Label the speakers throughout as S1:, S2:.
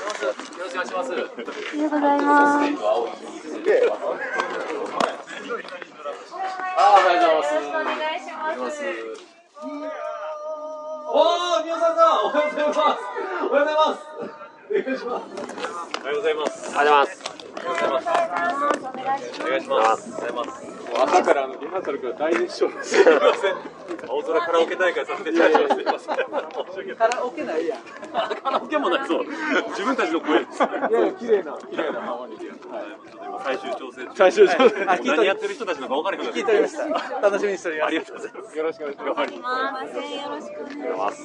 S1: おはようございます。
S2: ます。あー、おはようござい
S1: よろしくお
S2: ます。
S1: 願いします。
S2: おー、宮沢さん、おはようございます。おはようございます。お願いします。おはようございます。
S3: おはようございます。
S1: お願いします。
S2: お願いします。おはようございます。
S4: 朝からのリハーサルから大熱唱です。
S2: すみません。青空カラオケ大会させていただきます。すみません。カラオケないや。カラオケもないそう。自分たちの声です。
S4: いやいや、綺麗な、綺麗なハーモニーで。
S2: 最終調整中。
S4: 最終調整
S2: もう何やってる人たちのか分からなくなっ聞いておりました。楽しみにしております。ありがとうございます。
S4: よろしくお願いします。
S1: すみません、よろしくお願いします。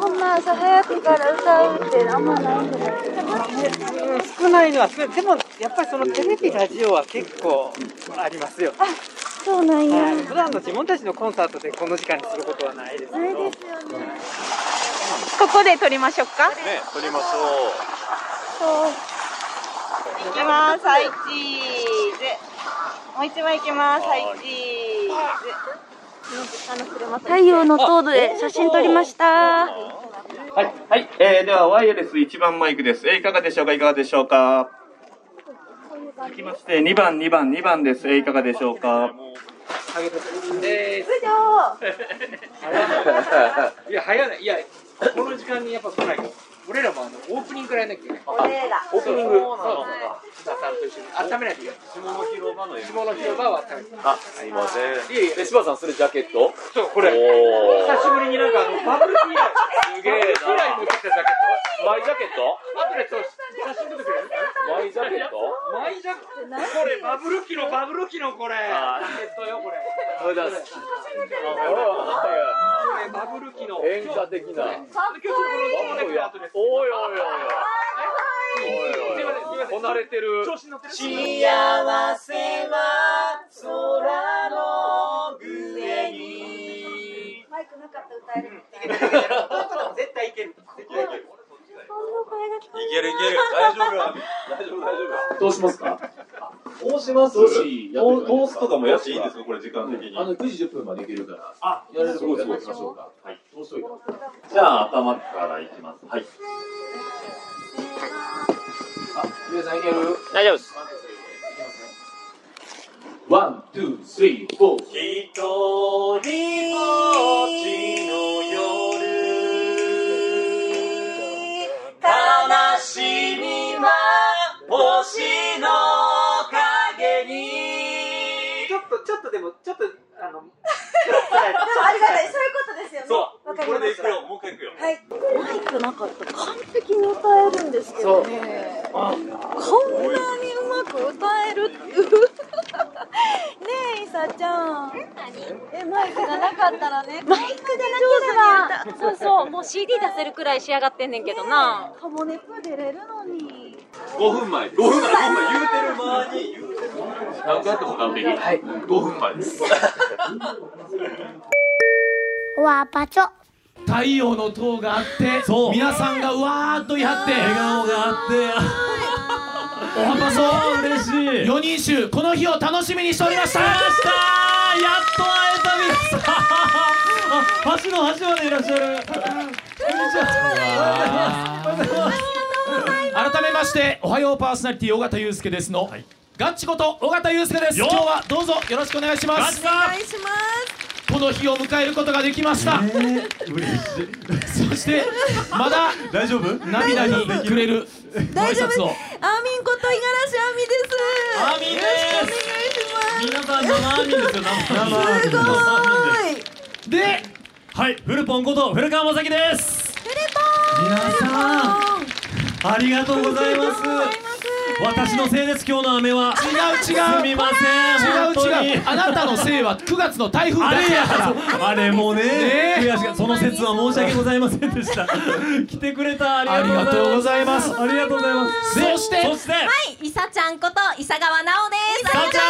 S1: こんな朝早くから歌うってあんまないんだけ
S5: う
S1: ど。
S5: ん少ないのは少ないでもやっぱりそのテレビラジオは結構ありますよ、
S1: あ、そうなんや。
S5: はい、普段の自分たちのコンサートでこの時間にすることはないです
S1: あれですよね。ここで撮りましょうか。
S2: ね、撮りましょう。
S1: そう。行きます。はい、チーズ。もう一枚行きます。はい、チーズ。太陽の塔で写真撮りました。
S6: はい、はい、えー、ではワイヤレス1番マイクです。えー、いかがでしょうか、いかがでしょうか。続きまして、2番、2番、2番です。えー、いかがでしょうか。
S1: 以上。
S5: いや早ないいやこの時間にやっぱ来ないから俺らもあのオープニングからやんなきゃいけない
S1: これだ。
S5: オープニングそうそう柴田さんと一緒に温めないといけない
S2: 下の広場の
S5: 下の広場を温めて
S2: あ、すいません。
S5: いやいや
S2: え、柴田さん、それジャケット
S5: そうこれ久
S2: お
S5: し
S2: ー
S5: ぶりになんかあのバブルティーライ
S2: すげえな
S5: バブルティーライ持ってきたジャケット後でちょっと写真撮ってくれる
S2: マイジャケットマイジャケット
S5: マイジャケットこれバブル機のバブル機のこれジ
S2: あ
S5: ャ
S2: ー
S5: ケットよこれ
S2: おはようございます。
S5: これバブル機の
S2: 演歌的
S5: 今日ちょっとこ
S2: な。
S5: の音楽の後です
S2: おいおいおいおい。
S5: すいませんすいません
S2: こなれてる。
S5: 調子に乗ってる
S1: マイクなかった歌える。
S5: 絶対いける
S2: いけるいける。大丈夫。大丈夫大丈夫。どうしますかどうします
S7: どうしやってくれるんですか
S2: どうすとかもやっていいんですかこれ時間的に。
S7: あの9時10分までいけるから、あやれるとこやりましょうか。はい、そうしといた。
S2: じゃあ、頭からいきます。はい。
S7: あ、皆さんいける
S3: 大丈夫です。
S7: ワン、ツー、スリー、フォー。
S2: 一人ぼっちの夜悲しみは星の影に
S5: ちょっとちょっとでもちょっとあの
S1: でもありがたい、そういうことですよね。
S2: そう
S1: わか
S2: こ
S1: りま
S2: れでい
S1: し
S2: くよもう一回いくよ
S1: た。はい。マイクなかった。完璧に歌えるんですけどね。こんなにうまく歌えるっていう。ねえ、いさちゃん。え、マイクがなかったらね。マイクがなければ。そうそう、もう CD 出せるくらい仕上がってんねんけどな。ハモネプ出れるのに。
S7: 5分前です。
S2: 5分前5分前言うてる間に言うてる
S7: 何回やっても完璧。はい。5分前です。
S8: 太陽の塔があって皆さんがわーっといはって笑顔があっておはパそう嬉しい4人衆この日を楽しみにしておりましたやっと会えた皆さんあ橋の橋までいらっしゃるこんにちはおはようございます改めましておはようパーソナリティ尾形祐介ですの、ガッチこと尾形祐介です今日はどうぞよろしくお願いします
S1: お願いします。
S8: この日を迎えることができました、そしてまだ
S7: 大丈夫
S8: 涙にくれるご挨
S1: 大丈夫
S8: 拶を
S1: アーミンこと五十嵐アーミンです。よ
S8: アーミンです
S1: ろしくお願いします。
S8: 皆さん生アーミンですよ生アーミン
S1: すごーい。
S8: ではいフルポンこと古川正樹です
S1: テレポ
S8: 皆さん
S1: ン。
S8: ありがとうございます私のせいです今日の雨は違う違うすみません
S4: 違う違う。
S8: 本当に
S4: あなたのせいは9月の台風
S8: あ
S4: だ
S8: れ
S4: けや
S8: や
S4: から。
S8: あれもね
S4: ね
S8: 悔しかったその説は申し訳ございませんでした 来てくれたあ
S4: あり
S8: り
S4: がと
S8: がと
S4: う
S8: う
S4: ご
S8: ござ
S4: ざ
S8: い
S4: います。
S8: ますありがとうございますで
S4: そして
S8: そして
S1: はい、いさちゃんこと伊佐川奈央です。
S8: さあちゃん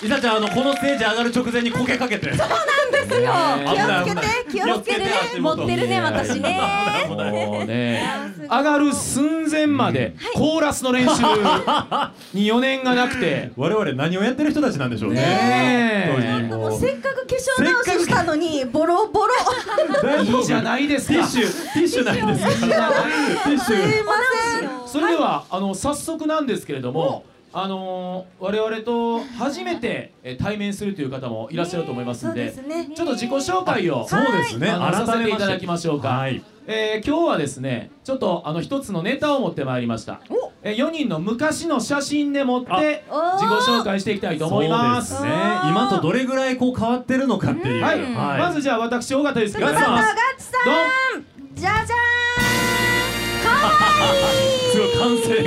S8: いさちゃんあのこのステージ上がる直前にこけかけて
S1: そうなんですよ
S8: ねえ
S1: 気をつけて気
S8: 危ない危ない
S1: をつけてね
S8: 気をつけて足
S1: 持
S8: 元
S1: ってるね私ね
S8: もうね
S1: すごい
S8: 上がる寸前までコーラスの練習に余念がなくて
S3: 我々何をやってる人たちなんでしょうね
S8: ねえ
S3: 本当に
S1: も
S3: も
S1: う
S3: う
S1: せっかく化粧直ししたのにボロボロ
S8: いいじゃないですか
S3: ティッシュティッシュないですからティッシ
S1: すい
S3: ュ
S1: ません
S8: それでは、あの早速なんですけれども、あのー、我々と初めてえー対面するという方もいらっしゃると思います
S1: そ
S8: の
S1: う
S8: で,、
S1: ですね
S8: ちょっと自己紹介を
S3: そうですね
S8: あのさ
S3: 改
S8: せ
S3: め
S8: てい
S3: ま
S8: ただ
S3: し
S8: き
S3: て
S8: ましょうか、
S3: はい
S8: えー今日はですねちょっとあの一つのネタを持ってまいりました
S1: お、
S8: えー、4人の昔の写真でもって
S1: あおー
S8: 自己紹介していきたいと思います
S3: そうですね今とどれぐらいこう変わってるのかっていう、
S8: はい、まずじゃあ私尾形ですけ
S1: ガ
S8: ど
S1: ッ
S8: どうも
S1: チさんじゃじゃ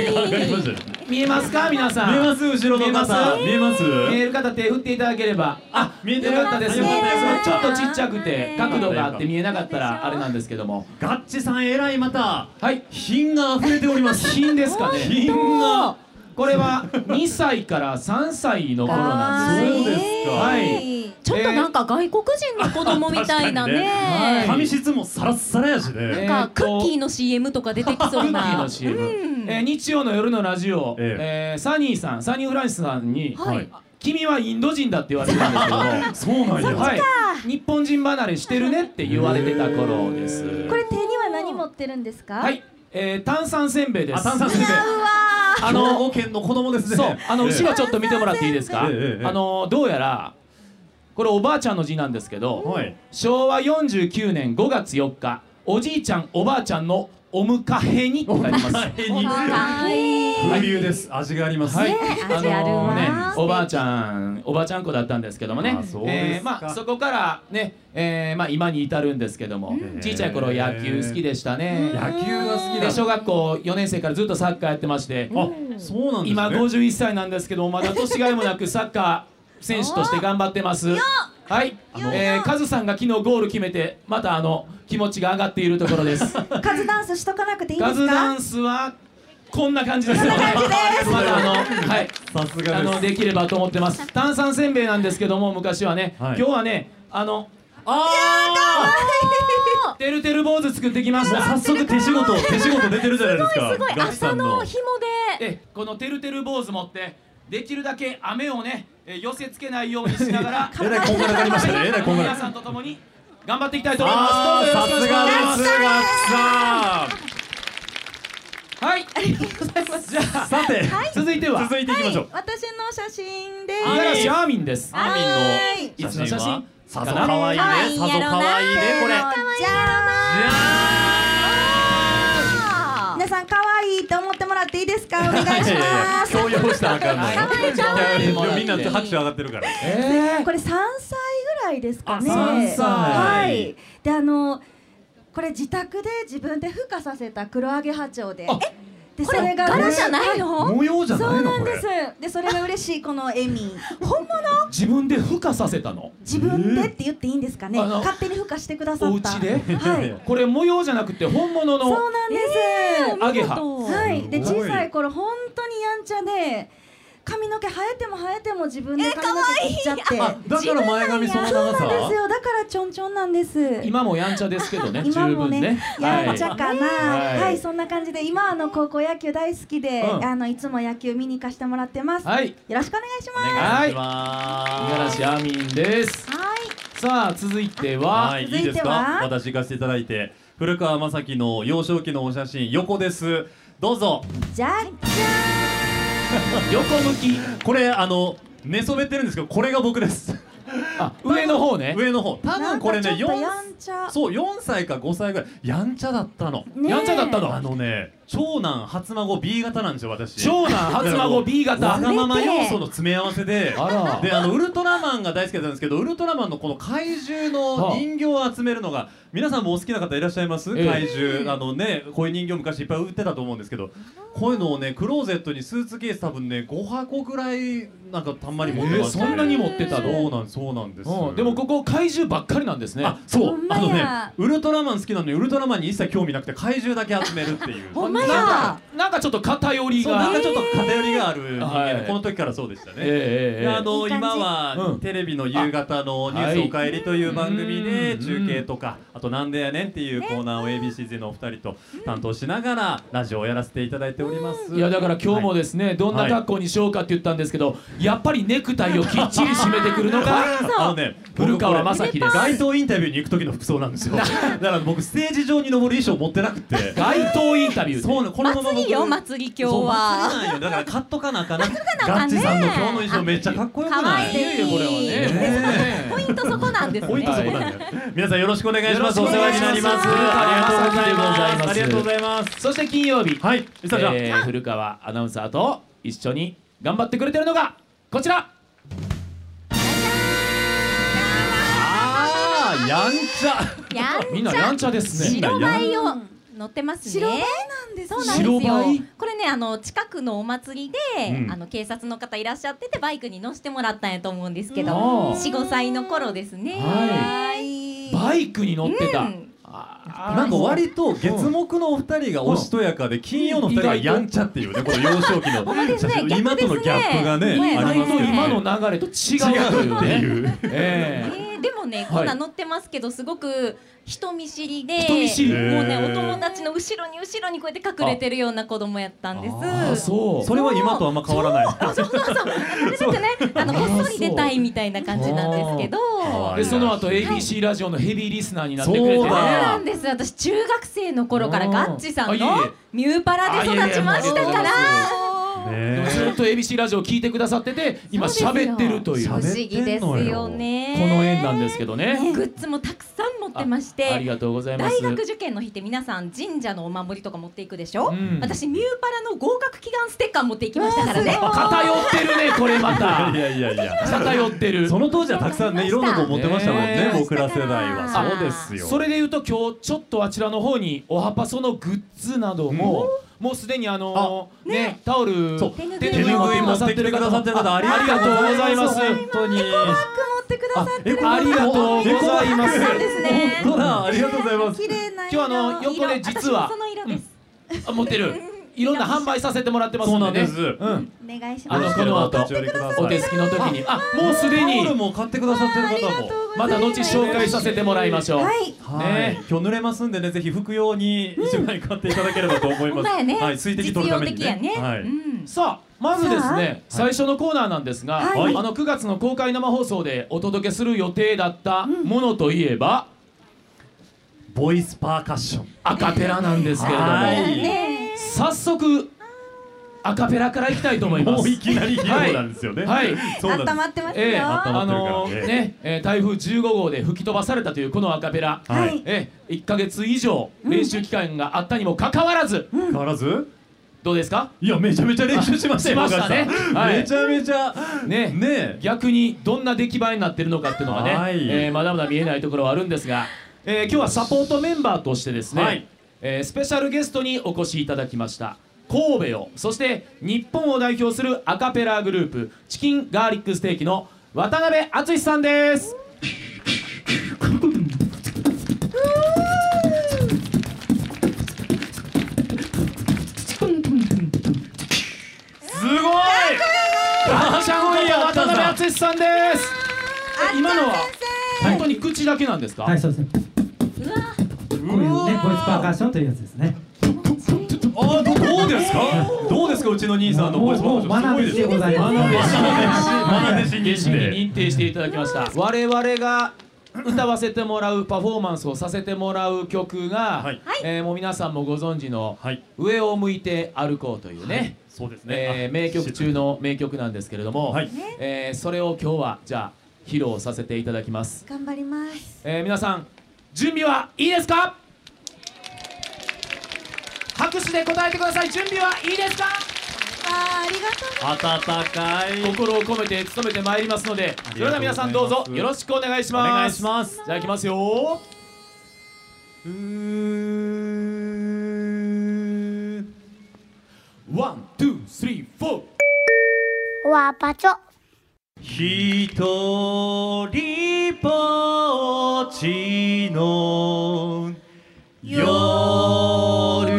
S1: ーんかわいい
S3: すごい歓声が上がりましたよ
S8: 見えますか皆さん
S3: 見えます後ろの方見えます
S8: 見える方手振っていただければあ
S3: 見えて
S8: よ
S3: る
S8: かったです
S3: よかったよかった
S8: ちょっとちっちゃくて角度があって見えなかったらあれなんですけども
S3: ガッチさん偉いまた
S8: はい
S3: 品が溢れております
S8: 品ですかね
S3: 品が
S8: これは2歳から3歳の頃なんです
S3: かわいいそうですか
S8: はい
S1: ちょっとなんか外国人の子供みたいな
S3: 確
S8: かにね
S1: ね
S3: 紙質もサラッサラやしね
S1: なんかクッキーの CM とか出てきそう
S8: クッキー
S1: な
S8: の CM、えー日曜の夜のラジオ、え
S3: え
S8: ーサニーさんサニーフランシスさんに、
S1: はい
S8: 君はインド人だ」って言われてたんですけども
S3: そうなんや
S8: はい、日本人離れしてるねって言われてた頃です
S1: これ手には何持ってるんですか
S8: はい、えー、炭酸せんべいです
S3: あ炭酸せんべい
S8: あ
S3: あの
S8: の
S3: 兵庫県の子供ですね
S8: そうあの
S3: ええ
S8: 後ろちょっと見てもらっていいですか、
S3: ええええ
S8: あのどうやらこれおばあちゃんの字なんですけど、
S3: はい
S8: 昭和49年5月4日おじいちゃんおばあちゃんのおむかへにって書いてます
S1: 可愛い
S3: 風流です味があります
S8: はい、
S1: 味あるわ
S8: ね、おばあちゃん、おばあちゃん子だったんですけどもね
S3: あ。そうですか
S8: えーまあ、そこから、ね、えーまあ、今に至るんですけども、ちっちゃい頃野球好きでしたね。
S3: 野球が好き
S8: で、
S3: だ
S8: 小学校4年生からずっとサッカーやってまして。
S3: あそうなんですね
S8: 今51歳なんですけども、まだ年がいもなく、サッカー。選手として頑張ってます。はい、えーカズさんが昨日ゴール決めて、またあの気持ちが上がっているところ です。
S1: カズダンスしとかなくていいで
S8: ガズ
S1: す
S8: ダ
S1: か
S8: ンスはこんな感じです。まだあのはい。
S3: さすが
S8: あ
S3: です
S8: のできればと思ってます。 炭酸せんべいなんですけども昔はね、
S3: はい
S8: 今日はねあの
S3: あ
S8: てるてる坊主作ってきまし
S3: ーもう
S8: た
S3: 早。速手仕事手仕事出てるじゃないですか
S1: すごい
S3: ガチさ
S1: 朝
S3: ん
S1: の
S3: の
S1: 紐で
S8: えこのてるてる坊主持ってできるだけ雨をねえ寄せつけないようにしながら
S3: えらいこんがらがりました ねえらいこんがら
S8: 皆さんと共に頑張っていきたいと思います。ど
S3: あ
S8: うぞ
S3: ー
S8: よろ
S3: さ
S8: しくお
S3: す
S8: 願
S3: が
S8: い
S3: で
S8: します
S3: すガチ
S8: す。はい。ありがとうございます。じゃあ
S3: さんさて
S8: 続いては
S3: 続いていきましょう
S1: 私の写真で
S8: 五
S3: あ
S8: 十
S3: れ
S8: 嵐アーミンです。
S1: アーミンのはい
S8: いつの写真
S3: はさぞ
S8: かな
S3: 可愛いねさぞ可愛いねこれ
S1: じゃあ皆さん可愛いと思ってもらっていいですかお願いします
S3: 強要したらあかんの
S1: 可愛い可愛
S8: い
S3: いやみんな拍手上がってるから
S8: えー
S1: これ三歳ぐらいですかね
S3: あ三歳
S1: はいであのこれ自宅で自分で孵化させた黒揚げ波長でえでそれが柄じゃないの
S3: 模様じゃ
S1: そ
S3: な
S1: う
S3: いの
S1: なん
S3: こ
S1: で
S3: れ
S1: すでそれが嬉しいこのエミ本物
S8: 自分で孵化させたの。
S1: 自分でって言っていいんですかね、
S8: あの
S1: 勝手に孵化してくださった
S8: お家で
S1: はい
S8: これ模様じゃなくて本物の。
S1: そうなんです、
S8: アゲハ。
S1: はい、です
S3: ごい
S1: 小さい頃本当にやんちゃで髪の毛生えても生えても自分で髪の毛切っちゃって、
S3: あだから前髪その
S1: そうな
S3: 長
S1: んです
S3: さ
S1: よだからちょんちょんなんです
S8: 今もやんちゃですけどね、十
S1: 今も
S8: 分
S1: ね
S8: ね。
S1: やんちゃかな、
S8: は
S1: はいい、そんな感じで今あの高校野球大好きで、
S8: うん
S1: あのいつも野球見に行かしてもらってます、
S8: はい。はい。
S1: よろしくお願いしま
S8: はい。
S3: お願
S8: 五十
S3: いします
S8: 嵐アミンです。
S1: すはい
S8: さあ、続いて
S3: は
S8: は。
S3: い、い
S1: 続い
S3: い
S1: ては
S3: ですか私行かせていただいて古川雅樹の幼少期のお写真横ですどうぞ
S1: じゃあ
S8: 横向き。
S3: これあの寝そべってるんですけどこれが僕です
S8: あ、上の方ね。
S3: 上の方多
S1: なん
S3: 分こ
S1: か
S3: れ
S1: ち
S3: ね
S1: ょっとや
S3: 4
S1: んちゃ
S3: そう4歳か5歳ぐらいやんちゃだったの
S1: ねえ
S8: やんちゃだった
S3: あ
S8: の。
S3: のね長男初孫 B 型なんですよ私
S8: 長男、初孫 B
S3: わ
S8: 型。
S3: がまま要素の詰め合わせで
S8: あら
S3: であのウルトラマンが大好きだったんですけどウルトラマンのこの怪獣の人形を集めるのが皆さんもお好きな方いらっしゃいます、
S8: ええ
S3: 怪獣あのねこういう人形昔いっぱい売ってたと思うんですけどこういうのをねクローゼットにスーツケース多分ね5箱ぐらいなんかたんまり持ってました、ね
S8: えそんなに持ってたの
S3: そうなんそうなんです、
S8: うん、でもここ怪獣ばっかりなんですね。
S3: あそ
S1: ほ
S3: うん
S1: ま
S3: あのね
S1: や
S3: ウルトラマン好きなのにウルトラマンに一切興味なくて怪獣だけ集めるっていう
S1: ほんまだ。
S8: なんかちょっと偏り
S3: そうな
S8: が
S3: んかちょっと偏りがある人間で、
S8: はい
S3: この時からそうでしたね。
S8: ええええええ
S3: であ
S1: い
S3: の
S1: い感じ
S3: 今
S8: う
S3: は
S8: ん
S3: テレビの夕方の「ニュースおかえり」という番組
S8: はい
S3: で中継とかあと「なんでやねん」っていうコーナーを ABCZ のお二人と担当しながらラジオをやらせていただいております
S8: いやだから今日も
S3: はい
S8: ですね、どんな格好にしようかって言ったんですけど、やっぱりネクタイをきっちり締めてくるのが
S3: あのね
S8: 古川
S3: 僕これ
S8: 雅樹です
S3: 街頭インタビューに行く時の服装なんですよだから僕ステージ上に登る衣装持ってなくて
S8: 街頭インタビューで
S3: そうねこのまま僕
S1: 祭りよ祭り今日
S3: そう
S1: は。
S3: 祭りなんよだからカットかなあかな
S1: なあか
S3: ガ
S1: ん
S3: ッ
S1: ね
S3: チさんの今日の衣装めっちゃかっこよく
S1: 可
S3: ない
S1: 愛い
S8: ややこれはね
S1: ポイントそこなんですね。
S3: ポイントそこなんだよ。皆さんよろしくお願いします。
S8: よ
S3: お
S8: ろし
S3: 世
S8: くお願
S3: 話
S8: いし
S3: に
S8: ます
S3: なります。あ
S8: あ
S3: り
S8: りが
S3: がと
S8: と
S3: う
S8: うご
S3: ござ
S8: ざ
S3: います。
S8: そして金曜日、
S3: はい、ミサちゃん。
S8: えー古川アナウンサーと一緒に頑張ってくれてるのがこちら
S3: あー、やんちゃ。
S1: やんちゃ。
S8: みんなやんちゃですね
S1: 白バイを
S9: うん
S1: 乗ってますね。
S9: 白バイなんです
S1: そう
S9: ね
S1: なんですよ
S8: 白バイ
S1: これねあの近くのお祭りで、
S3: うん
S1: あの警察の方いらっしゃっててバイクに乗せてもらったんやと思うんですけど
S8: あー
S1: 45歳の頃ですね
S8: はバイクに乗ってた、
S1: うん
S8: あ
S3: なんか割と月木のお二人がおしとやかで、金曜のお二人がやんちゃっていうね、この幼少期
S1: ほんまで
S3: の
S1: す
S3: 写
S1: ね
S3: 真。今とのギャップがね、
S1: ギャッ
S3: あ
S1: プ
S8: 意外
S3: りますよ
S8: と
S3: ね。
S8: 今の流れと違うという,、ね、
S3: 違うって
S8: ええ
S1: えーでもねこんなん乗ってますけどすごく人見知りで
S8: 人見知り
S1: もうね
S3: へー
S1: お友達の後ろに後ろにこうやって隠れてるような子供やったんです
S8: あそう
S3: それは今とあんま変わらない。
S1: そうそうそうそれだけねあのこっそり出たいみたいな感じなんですけど
S3: あー
S8: でその後
S3: はい
S8: ABC ラジオのヘビーリスナーになってくれて
S3: そう
S1: そう
S3: だ
S1: なんです私中学生の頃からガッチさんの
S8: あいえいえ
S1: ミューパラで育ちましたか
S8: あいえいえもうありがとうござい
S1: ら
S8: でも
S3: ね
S8: ずっと ABC ラジオを聞いてくださってて今喋ってるという
S1: 不
S8: こ
S1: 思
S3: 喋
S1: 議ですよね
S8: の縁なんですけどね
S1: グッズもたくさん持ってまし
S8: あり
S1: て
S8: がとうございます
S1: 大学受験の日って皆さん神社のお守りとか持っていくでしょ、
S8: うん
S1: 私ミューパラの合格祈願ステッカー持っていきましたからね
S8: 偏ってる ねこれまた
S3: いやいやいや。
S8: 偏ってる
S3: その当時はたくさんね、いろんな子持ってましたもんね
S8: ね、
S3: 僕ら世代は。そうですよ。
S8: それで言うと今日ちょっとあちらの方におはパソのグッズなども、もうすでにあのーねタオル
S3: そう
S1: 手拭い
S8: 手
S3: 手ぬぐい
S8: 拭い
S3: 持
S8: な
S3: って
S8: さって
S3: き
S8: る
S3: てく
S8: 方
S3: ださってる方
S8: あ
S3: ありがとうございます本当に
S1: 持ってくださってる
S8: ありがとうございます
S1: なんですね
S3: 本当だありがとうございます
S9: 綺麗な
S8: 今日あの横で実は
S1: 私もその色です、
S8: あ持ってるいろんな販売させてもらってます
S3: そうんな
S8: で
S3: ん
S8: ね
S3: です
S8: うん
S9: お願いし
S8: あ
S9: ます
S8: のこの後
S3: お立ち寄りください
S8: お手すきの時にあもうすで
S3: タオル
S8: に
S3: も買ってくださってる方も
S8: また後紹介させてもらいましょう、
S9: はい
S3: はい今日濡れますんでねぜひ服用に一枚買っていただければと思い
S1: ほん
S3: ま
S1: まや
S3: す
S1: ね、
S3: はい水滴取るために
S1: 実用的やね、
S3: は
S1: う
S3: い
S1: ん
S8: さあまずですね
S3: さあ
S8: 最
S3: はい
S8: 初のコーナーなんですが、
S9: はい
S8: あの9月の公開生放送でお届けする予定だったものといえば、
S3: ボイスパーカッション
S8: アカペラなんですけれども、
S3: はい
S8: 早速アカペラからいきたいと思いま
S3: も
S8: す
S3: ういきなりヒーローなんですよね
S8: はい
S3: そうなん
S9: 温
S3: で
S9: まってますよ
S8: ええ
S9: は
S8: あのーね、えー台風15号で吹き飛ばされたというこのアカペラ、
S3: はい
S8: えー、1か月以上練習期間があったにもかかわらず、
S3: す変わらず
S8: どうですか
S3: いやめちゃめちゃ練習しましたよ
S8: あしましたね
S3: 岡田さん
S8: はい
S3: めちゃめちゃ
S8: ね
S3: ね
S8: 逆にどんな出来栄えになってるのかっていうのがね、
S3: はい
S8: えーまだまだ見えないところはあるんですが、えー今日はサポートメンバーとしてですね、
S3: はい
S8: えースペシャルゲストにお越しいただきました神戸をそして日本を代表するアカペラグループチキンガーリックステーキの渡辺敦さんです。すごいダンシャンこと渡辺敦さんですえ今のは本当に口だけなんですか、
S10: はい、そうですね。
S1: うわ
S10: こういうね、ボイスパーカッションというやつですね。
S3: あーどどうですかどうですかうちの兄さんのボイスパーカッションす
S10: もうも
S3: ご
S10: う
S3: いですよ
S10: 学びでございます
S3: 学び
S8: 弟
S3: で弟
S8: 子
S3: 子
S8: に
S3: に認定
S8: 認定していただきました我々が歌わせてもらうパフォーマンスをさせてもらう曲が、
S3: はい
S8: えーもう皆さんもご存知の
S3: はい
S8: 「上を向いて歩こう」というね、
S3: そうですね
S8: えー
S3: あ
S8: 名曲中の名曲なんですけれども、
S3: はい
S8: えーそれを今日はじゃあ披露させていただきます、
S9: 頑張ります
S8: えー皆さん準備はいいですか拍手で答えてください準備はいいですか
S9: あーありがとう
S3: 温かい
S8: 心を込めて努めてまいりますので
S3: あ
S8: そ
S3: りがとうございます
S8: れでは皆さんどうぞよろしくお願いします
S3: お願いします
S8: じゃあいきますよワン、ツー、スリー、フォー
S9: わパチョ
S3: ひとりぼっちの夜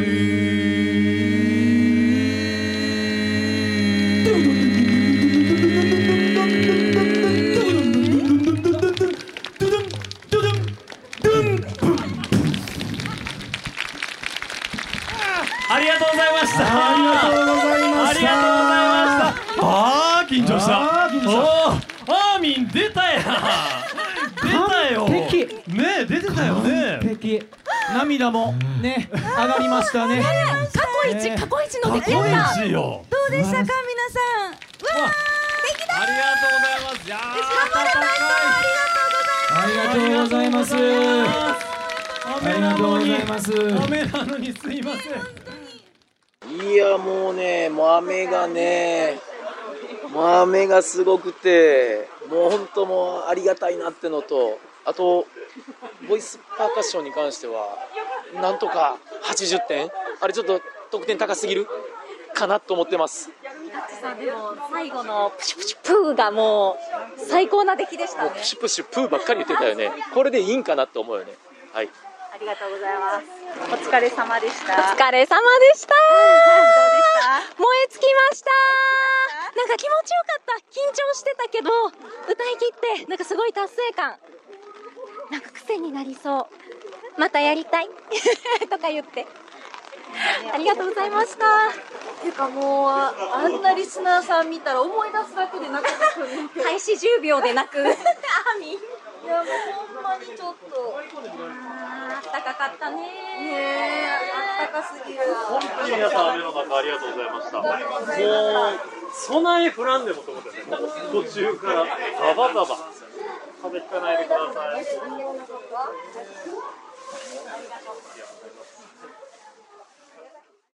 S3: 緊張した
S11: あー緊張した
S3: おーアーミン出たやん出たよ
S8: 完璧
S3: ねえ出てたよね
S8: 完璧涙もね上がりましたね
S1: 過去一、過去一の出来やった
S3: 過去一よ
S1: どうでしたか皆さんわ
S3: ありがとうございますや
S8: ありがとうございます
S3: ー雨なのに雨なのにすいません
S2: いやもうね、もう雨がね、もう雨がすごくて、もう本当もうありがたいなってのと、あと、ボイスパーカッションに関しては、なんとか80点、あれちょっと得点高すぎるかなと思ってます。
S1: あでも最後のプシュプシュプーがもう最高な出来でしたね
S2: プシュプシュプーばっかり言ってたよね、これでいいんかなと思うよね。はい
S12: ありがとうございます。お疲れ様でした。
S1: お疲れ様でした燃え尽きましたなんか気持ちよかった緊張してたけど歌い切ってなんかすごい達成感なんか癖になりそうまたやりたい とか言ってありがとうございました
S13: ていうかもうあんなリスナーさん見たら思い出すだけで泣けてくる
S1: 開始10秒 で泣くアーミン
S13: いやもうほんまにちょっと
S1: あったかかったね
S13: ねえあったかすぎる
S14: 本当に皆さん雨の中ありがとうございましたもう備え振らんでもと思ってねもう途中からザバザバ風邪ひかないでください
S13: ありがとう